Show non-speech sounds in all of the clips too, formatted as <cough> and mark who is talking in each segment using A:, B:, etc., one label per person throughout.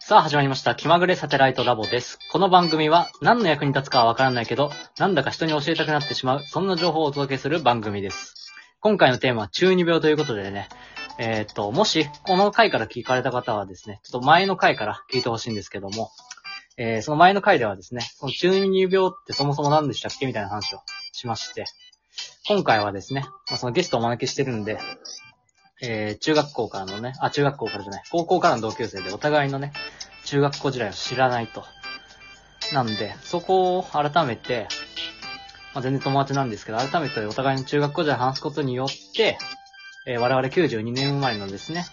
A: さあ始まりました。気まぐれサテライトラボです。この番組は何の役に立つかはわからないけど、なんだか人に教えたくなってしまう、そんな情報をお届けする番組です。今回のテーマは中二病ということでね、えーっと、もしこの回から聞かれた方はですね、ちょっと前の回から聞いてほしいんですけども、えー、その前の回ではですね、その中二病ってそもそも何でしたっけみたいな話をしまして、今回はですね、まあ、そのゲストをお招きしてるんで、えー、中学校からのね、あ、中学校からじゃない、高校からの同級生でお互いのね、中学校時代を知らないと。なんで、そこを改めて、まあ、全然友達なんですけど、改めてお互いの中学校時代を話すことによって、えー我々92年生まれのですね、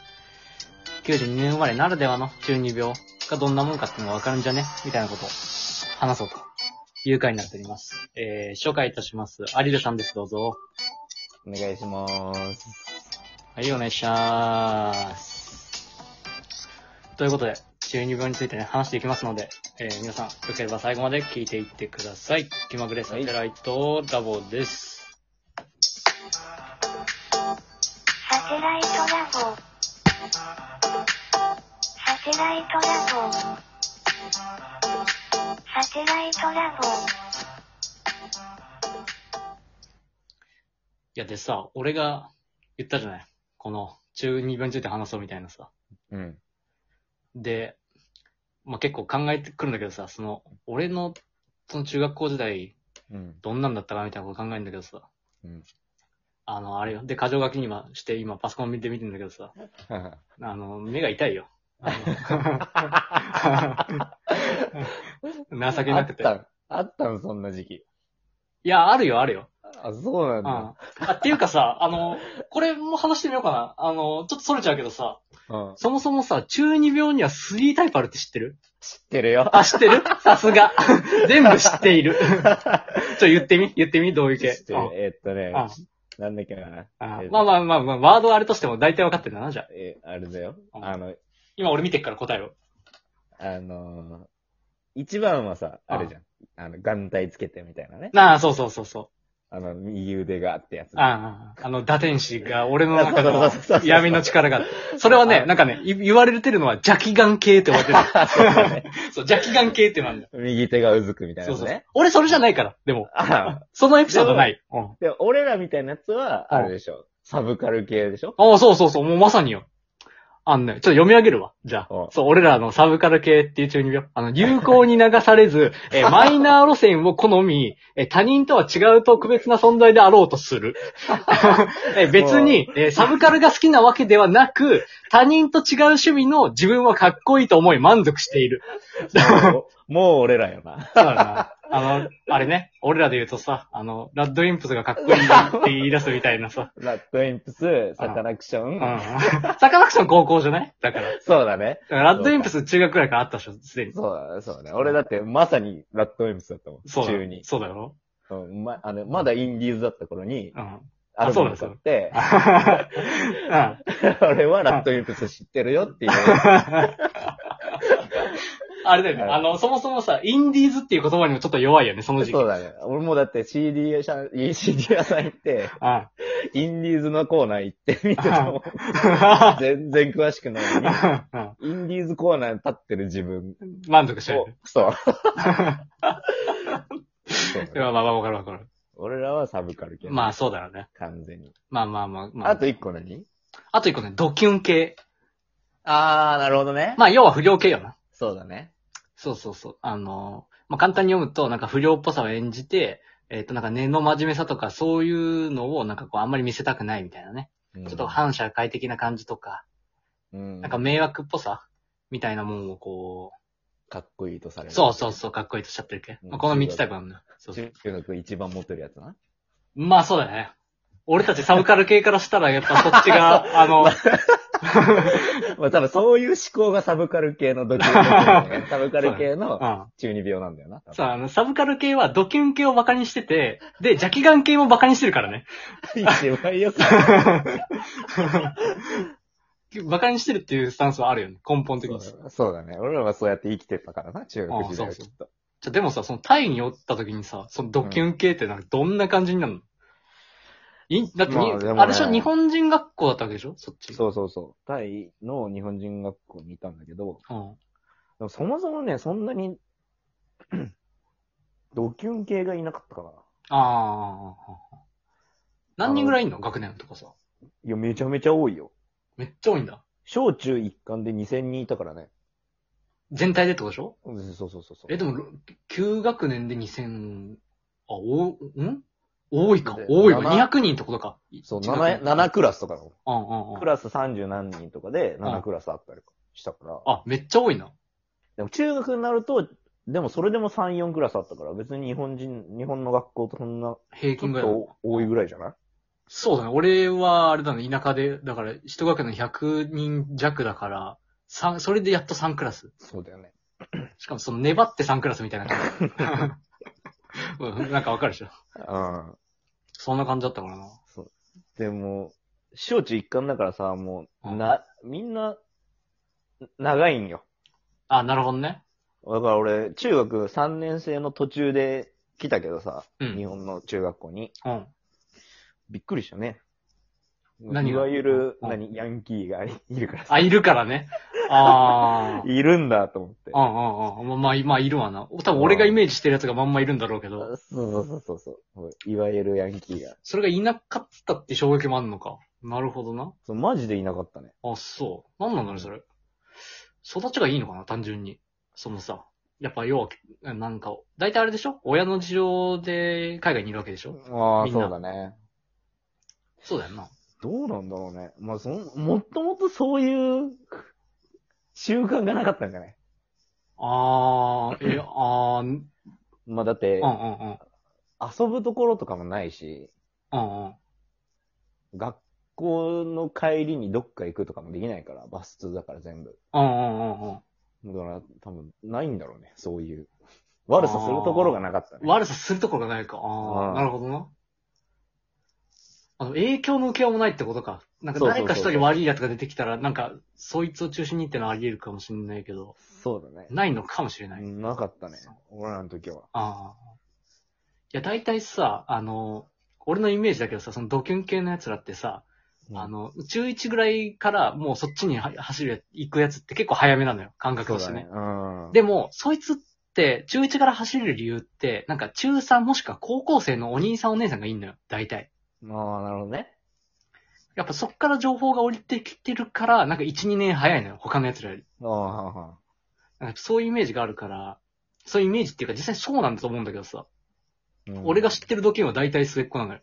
A: 92年生まれならではの中二病がどんなもんかっていうのがわかるんじゃねみたいなことを話そうという回になっております。えー、紹介いたします。アリルさんです、どうぞ。
B: お願いしまーす。
A: はい、お願いします。ということで、中二病についてね、話していきますので、えー皆さん、よければ最後まで聞いていってください。気まぐれサテライトラボです。
C: サテライトラボ。サテライトラボ。サテライトラボ。
A: いや、でさ、俺が言ったじゃないこの、中二病について話そうみたいなさ。
B: うん。
A: で、まあ、結構考えてくるんだけどさ、その、俺の、その中学校時代、
B: うん。 <laughs>
A: どんなんだったかみたいなこと考えるんだけどさ。
B: うん。
A: あの、あれよ。で、箇条書きに今して、今パソコン見て見てんだけどさ。
B: はは
A: あの、目が痛いよ。あの情け
B: あ
A: なく。
B: ってたんあったんそんな時期。
A: いや、あるよ、あるよ。
B: あ、そうな
A: うんん。
B: だ。
A: あ、っていうかさ、あの、これも話してみようかな。あの、ちょっとそれちゃうけどさ、
B: うん。
A: そもそもさ、中二病には3タイプあるって知ってる
B: 知ってるよ。
A: あ、知ってる <laughs> さすが。全部知っている。ちょ、言ってみ言ってみどういう
B: 知
A: 系。
B: ってる。えーっとね
A: うん、うん
B: なんだっけな。
A: うんまあまあまあまあ、ワードはあれとしても大体分かってるんだな、じゃあ。
B: え、あれだよ。
A: うん
B: あの、
A: 今俺見てっから答えを。
B: あのー、一番はさ、あれじゃん。あの、眼帯つけてみたいなね。
A: なあ、そうそうそうそう。
B: あの、右腕があってやつ。
A: ああ、あの、打天使が俺の中
B: そう
A: の
B: そうそうそう
A: 闇の力があって。それはね、
B: あ
A: なんかね、い言われてるのは邪気眼系って言わ
B: <laughs>
A: れてる。
B: そうだね
A: そう、邪気眼系ってなんだ。
B: 右手がうずくみたいな
A: そう
B: やつ
A: そうそう
B: ね。。
A: 俺それじゃないから、でも。
B: あ
A: そのエピソードない。うん。
B: で、俺らみたいなやつは、あれでしょ。サブカル系でしょ
A: ああ、そうそうそう、もうまさによ。あのね、ちょっと読み上げるわ。じゃ
B: う
A: あ
B: ん。
A: そう、俺らのサブカル系っていう中二病。あの、流行に流されず、えーマイナー路線を好み、えー他人とは違う特別な存在であろうとする。 <laughs> えー別に、えーサブカルが好きなわけではなく、他人と違う趣味の自分はかっこいいと思い満足している。 <laughs>
B: もうもう俺らよな。
A: そうだな。あの、あれね、俺らで言うとさ、あの、ラッドインプスがかっこいいなって言い出すみたいなさ。
B: ラッドインプス、サカナクショ
A: うん <laughs>
B: ン。。
A: サカナクション高校じゃないだから。
B: そうだね。
A: だからラッドインプス中学くらいからあったでしょ、すでに。
B: そうだね、そうだね。俺だってまさにラッドインプスだったもん。
A: そうだ
B: 中に。
A: そうだよ。
B: うん、ま、あの、まだインディーズだった頃に、 <laughs>
A: うん。
B: アルバム
A: そう
B: 買
A: だ、
B: って
A: うん。
B: <laughs> 俺はラッドインプス知ってるよっていう。
A: あれだよね。あの、そもそもさ、インディーズっていう言葉にもちょっと弱いよね、その時期。
B: そうだね。俺もだって CD 屋さん、いい CD 屋さん行って、
A: うん。
B: インディーズのコーナー行ってみてたもん。全然詳しくないのに。
A: うん
B: インディーズコーナーに立ってる自分
A: 満足しちゃう
B: を
A: よね。、 <laughs>
B: そう。そうだ
A: ま
B: ね
A: あまあまあ、わかるわかる。
B: 俺らはサブカル系。
A: まあ、そうだよね。
B: 完全に。
A: まあまあまあまあ。
B: あと一個何
A: あと一個ね、ドキュン系。
B: あー、なるほどね。
A: まあ、要は不良系よな。
B: そうだね。
A: そうそうそう。あの、まあ、簡単に読むと、なんか不良っぽさを演じて、えっ、と、なんか根の真面目さとか、そういうのを、なんかこう、あんまり見せたくないみたいなね。
B: ち
A: ちょっと反社会的な感じとか、
B: うん
A: なんか迷惑っぽさみたいなもんをこ
B: かっこいいとされ
A: う、
B: る。
A: そうそうそう、かっこいいとしちゃってるけ。
B: うん
A: まあ、この3つタイプあるのよ。そうそう
B: 中学一番持ってるやつな。 <laughs>
A: まあそうだね。俺たちサブカル系からしたら、やっぱそっち
B: <laughs>
A: が、あの、
B: まあ、多分そういう思考がサブカル系のドキュンだよ
A: <laughs>
B: ねサブカル系の
A: う
B: 中二病なんだよな。多
A: ん。
B: 分
A: さあ、あの、サブカル系はドキュン系をバカにしてて、で、邪気眼系もバカにしてるからね。
B: 一番よく。
A: バカにしてるっていうスタンスはあるよね、根本的に。じ
B: <laughs> そうだね。俺らはそうやって生きてたからな、中学時代
A: あ
B: は
A: そ
B: き
A: う
B: っ
A: そ
B: と。
A: ゃ、でもさ、そのタイにおった時にさ、そのドキュン系ってなんかどんな感じになるの、いだってに、
B: まあでもね
A: あれでしょ日本人学校だったわけでしょそっち。
B: そうそうそう。タイの日本人学校にいたんだけど、
A: うん。
B: もそもそもね、そんなに、ドキュン系がいなかったかな。
A: ああ。何人ぐらいいんの学年とかさ。
B: いや、めちゃめちゃ多いよ。
A: めっちゃ多いんだ。
B: 小中一貫で2000人いたからね。
A: 全体でってことでしょ
B: うんそうそうそうそう。
A: え、でも、ろ9学年で2000、あ、お、ん多いか
B: で、
A: 多いわ。
B: 7
A: 200人ってことか。
B: そう、
A: 一学
B: 7、
A: 年
B: 7クラスとかの。
A: うんうんうん
B: クラス30何人とかで7クラスあったりしたから。
A: あ、めっちゃ多いな。
B: でも中学になると、でもそれでも3、4クラスあったから、別に日本人、日本の学校とそんな、
A: 平
B: ち
A: 均
B: ょっ
A: ぐらいだ。
B: と多いぐらいじゃない
A: そうだね。俺は、あれだね、田舎で、だから、一学年100人弱だから、三それでやっと3クラス。
B: そうだよね。
A: しかもその粘って3クラスみたいな <laughs> 感じ。うんなんかわかるでしょ。
B: うん。
A: そんな感じだったからな。
B: でも、小中一貫だからさ、もう、
A: うん
B: な、みんな、長いんよ。
A: あ、なるほどね。
B: だから俺、中学3年生の途中で来たけどさ、
A: うん
B: 日本の中学校に。
A: うん。
B: びっくりしたね。
A: 何
B: い
A: が
B: わゆる、
A: うん
B: 何、ヤンキーがいいるからさ。
A: あ、いるからね。あ <laughs> あ。
B: いるんだと思って。
A: うんうんうん。まあ、まあ、いるわな。多分俺がイメージしてるやつがまんまいるんだろうけど、
B: そうそうそうそう。いわゆるヤンキーが。
A: それがいなかったって衝撃もあんのか。なるほどな。
B: そうマジでいなかったね。
A: あ、そう。なんなんだろう、それ。育ちがいいのかな、単純に。そのさ、やっぱ要は、なんか、大体あれでしょ親の事情で海外にいるわけでしょ
B: ああ、
A: みん
B: そ
A: な
B: うだね。
A: そうだよな。
B: どうなんだろうね。まあ、その、もっともっとそういう習慣がなかったんじゃない
A: あー、え、あー、うん
B: まあ、だって、
A: うんうん。
B: 遊ぶところとかもないし、
A: うんうん。
B: 学校の帰りにどっか行くとかもできないから、バス通だから全部。
A: うんうんうんうん。
B: だから、多分、ないんだろうね、そういう。悪さするところがなかったね。
A: 悪さするところがないか。あ
B: う
A: あ、
B: ん
A: なるほどな。あの、影響の受けようもないってことか。なんか
B: そうそうそ
A: 誰
B: う
A: か一人悪い奴が出てきたら、なんか、そいつを中心にってのはあり得るかもしれないけど、
B: そうだね。
A: ないのかもしれない。
B: なかったね
A: そう。
B: 俺らの時は。
A: ああ。いや、大体さ、あの、俺のイメージだけどさ、そのドキュン系の奴らってさ、あの、中1ぐらいからもうそっちには走るや、行くやつって結構早めなのよ、感覚
B: そ
A: と
B: う
A: し
B: だ
A: てね。
B: ね。うん。
A: でも、そいつって、中1から走れる理由って、なんか中3もしくは高校生のお兄さんお姉さんがいんのよ、大体。
B: ああ、なるほどね。
A: やっぱそっから情報が降りてきてるから、なんか1、2年早いのよ、他の奴らより。
B: ああ、
A: なんかそういうイメージがあるから、そういうイメージっていうか実際そうなんだと思うんだけどさ、
B: うん
A: 俺が知ってるドキュンは大体末っ子なのよ。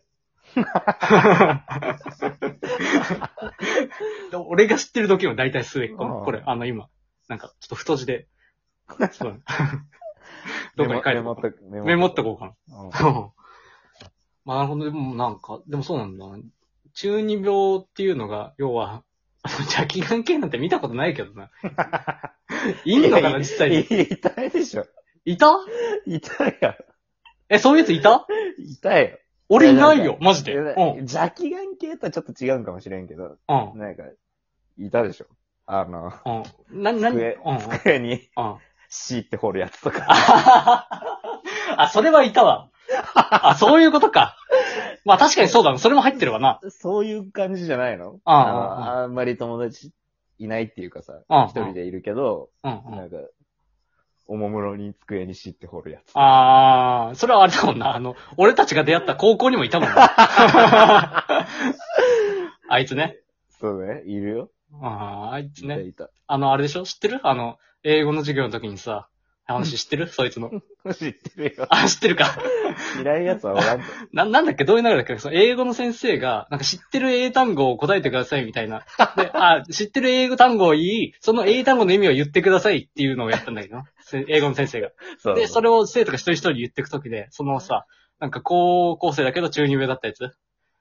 A: 俺が知ってるドキュンは大体末っ子
B: あ
A: の。
B: あ
A: これ、あの今、なんかちょっと太字で。そう
B: <laughs>
A: どっかに書いて
B: メモ
A: お
B: っ
A: こ
B: と
A: う
B: くメ
A: メモっと
B: こ
A: こうかな。
B: う。うん
A: そう <laughs> まあ、なるほど。でもなんか、でもそうなんだな。中二病っていうのが、要は、邪気眼系なんて見たことないけ
B: <laughs>
A: どな。いんのかな、実際に。
B: い痛いでしょ。
A: いた
B: 痛いよ。
A: え、そういうやついた
B: 痛いよ。
A: 俺いないよ、マジで。うん。うん。
B: 邪気眼系とはちょっと違うんかもしれんけど、
A: う
B: なんか、いたでしょ。あの、 <laughs>
A: ん。な、なに、うん。
B: 机
A: うん。 <laughs>
B: 手に
A: あ
B: シーって掘るやつとか。
A: あ、それはいたわ。あ、そういうことか。まあ確かにそうだな。それも入ってるわな。
B: <laughs> そういう感じじゃないの
A: ああ
B: のあんまり友達いないっていうかさ、
A: うん。
B: 一人でいるけど、
A: うん。うん
B: なんか、おもむろに机にシーって掘るやつ。
A: あー、それはあれだもんな。あの、俺たちが出会った高校にもいたもんな。あいつね。
B: そうね、いるよ。
A: あーあいつ
B: いた
A: ね。
B: いた。
A: あの、あれでしょ知ってるあの、英語の授業の時にさ、話知ってるそいつの。
B: <laughs> 知ってるよ。
A: あ、知ってるか。
B: 嫌いやつはおらんと。
A: な、なんだっけどういう流れだっけその英語の先生が、なんか知ってる英単語を答えてくださいみたいな。で、あ、知ってる英語単語を言い、その英単語の意味を言ってくださいっていうのをやったんだけどな。せ英語の先生が。
B: <laughs> そ
A: で、それを生徒が一人一人言ってくときで、そのさ、なんか高校生だけど中二病だったやつ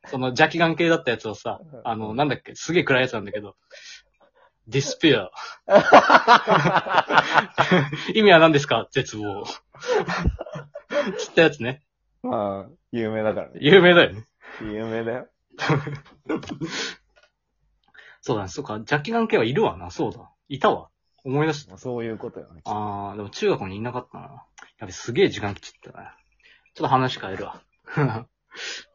A: その邪気眼系だったやつをさ、あの、なんだっけ、すげえ暗いやつなんだけど、disappear. 意味は何ですか絶望。つったやつね。
B: まあ、有名だからね。
A: 有名だよね。
B: 有名だよ。
A: そうだね、そうか、邪気眼系はいるわな、そうだ。いたわ。思い出した。
B: まあそういうことよね。
A: あー、でも中学にいなかったな。やべ、すげえ時間切っちゃったな。ちょっと話変えるわ。 <laughs> い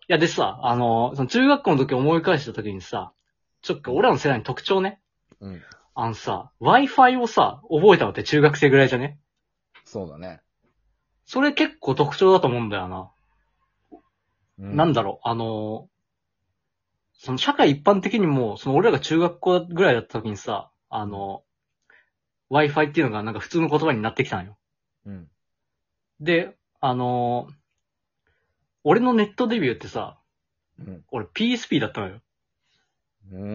A: や、でさ、あの、その中学校の時思い返した時にさ、ちょっと俺らの世代の特徴ね。
B: うん。
A: あのさ、Wi-Fi をさ、覚えたのって中学生ぐらいじゃね
B: そうだね。
A: それ結構特徴だと思うんだよな。
B: う
A: なんだろう、あのーその社会一般的にも、その俺らが中学校ぐらいだった時にさ、あの Wi-Fi っていうのがなんか普通の言葉になってきたのよ。
B: うん。
A: で、あのー俺のネットデビューってさ、
B: うん。
A: 俺 PSP だったのよ。
B: うー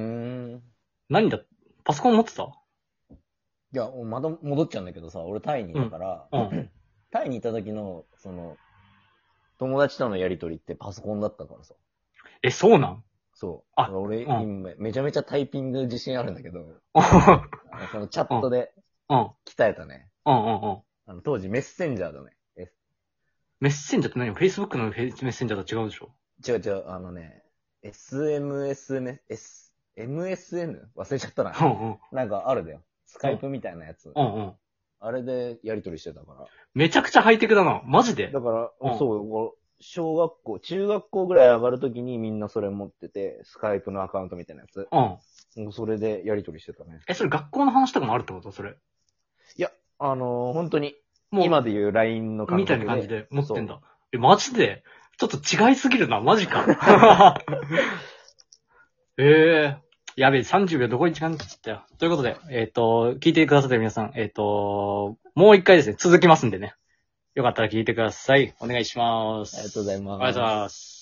B: ん。
A: 何だパソコン持ってた
B: いや、また戻っちゃうんだけどさ、俺タイにいたから、
A: うん。
B: <clears throat> タイにいた時の、その、友達とのやりとりってパソコンだったからさ。
A: え、そうなん <laughs>
B: そう。
A: あ
B: 俺、
A: うん
B: 今めちゃめちゃタイピング自信あるんだけど、
A: う
B: あのそのチャットで
A: ん。うん
B: 鍛えたね。
A: うんうん。
B: あの当時メッセンジャーだね。え
A: メッセンジャーって何 ?Facebook のフェイスメッセンジャーと違うでしょ
B: 違う違う、あのね、SMS メ、S、MSN? 忘れち
A: <laughs>
B: ゃったな。
A: うんうん。
B: なんかあるだよ。スカイプみたいなやつ。
A: うんうん。
B: あれでやりとりしてたから。
A: めちゃくちゃハイテクだな。マジで
D: だから、
A: うん
D: そう、こう小学校、中学校ぐらい上がるときにみんなそれ持ってて、スカイプのアカウントみたいなやつ。
A: うん。
D: もうそれでやりとりしてたね。
A: え、それ学校の話とかもあるってことそれ。
D: あのー本当に、
A: もう、
D: 今で言う LINE の感
A: み
D: 覚
A: た
D: で。
A: いな感じで持ってん
D: そ
A: だ。え、マジでちょっと違いすぎるな。マジ <laughs> か。ええやべえ、30秒どこに時間切ったよ。ということで、えっ、と、聞いてくださってる皆さん、えっ、と、もう一回ですね、続きますんでね。よかったら聞いてください。お願いします。
B: ありがとうござい
A: あ
B: ます
A: りがとうございます。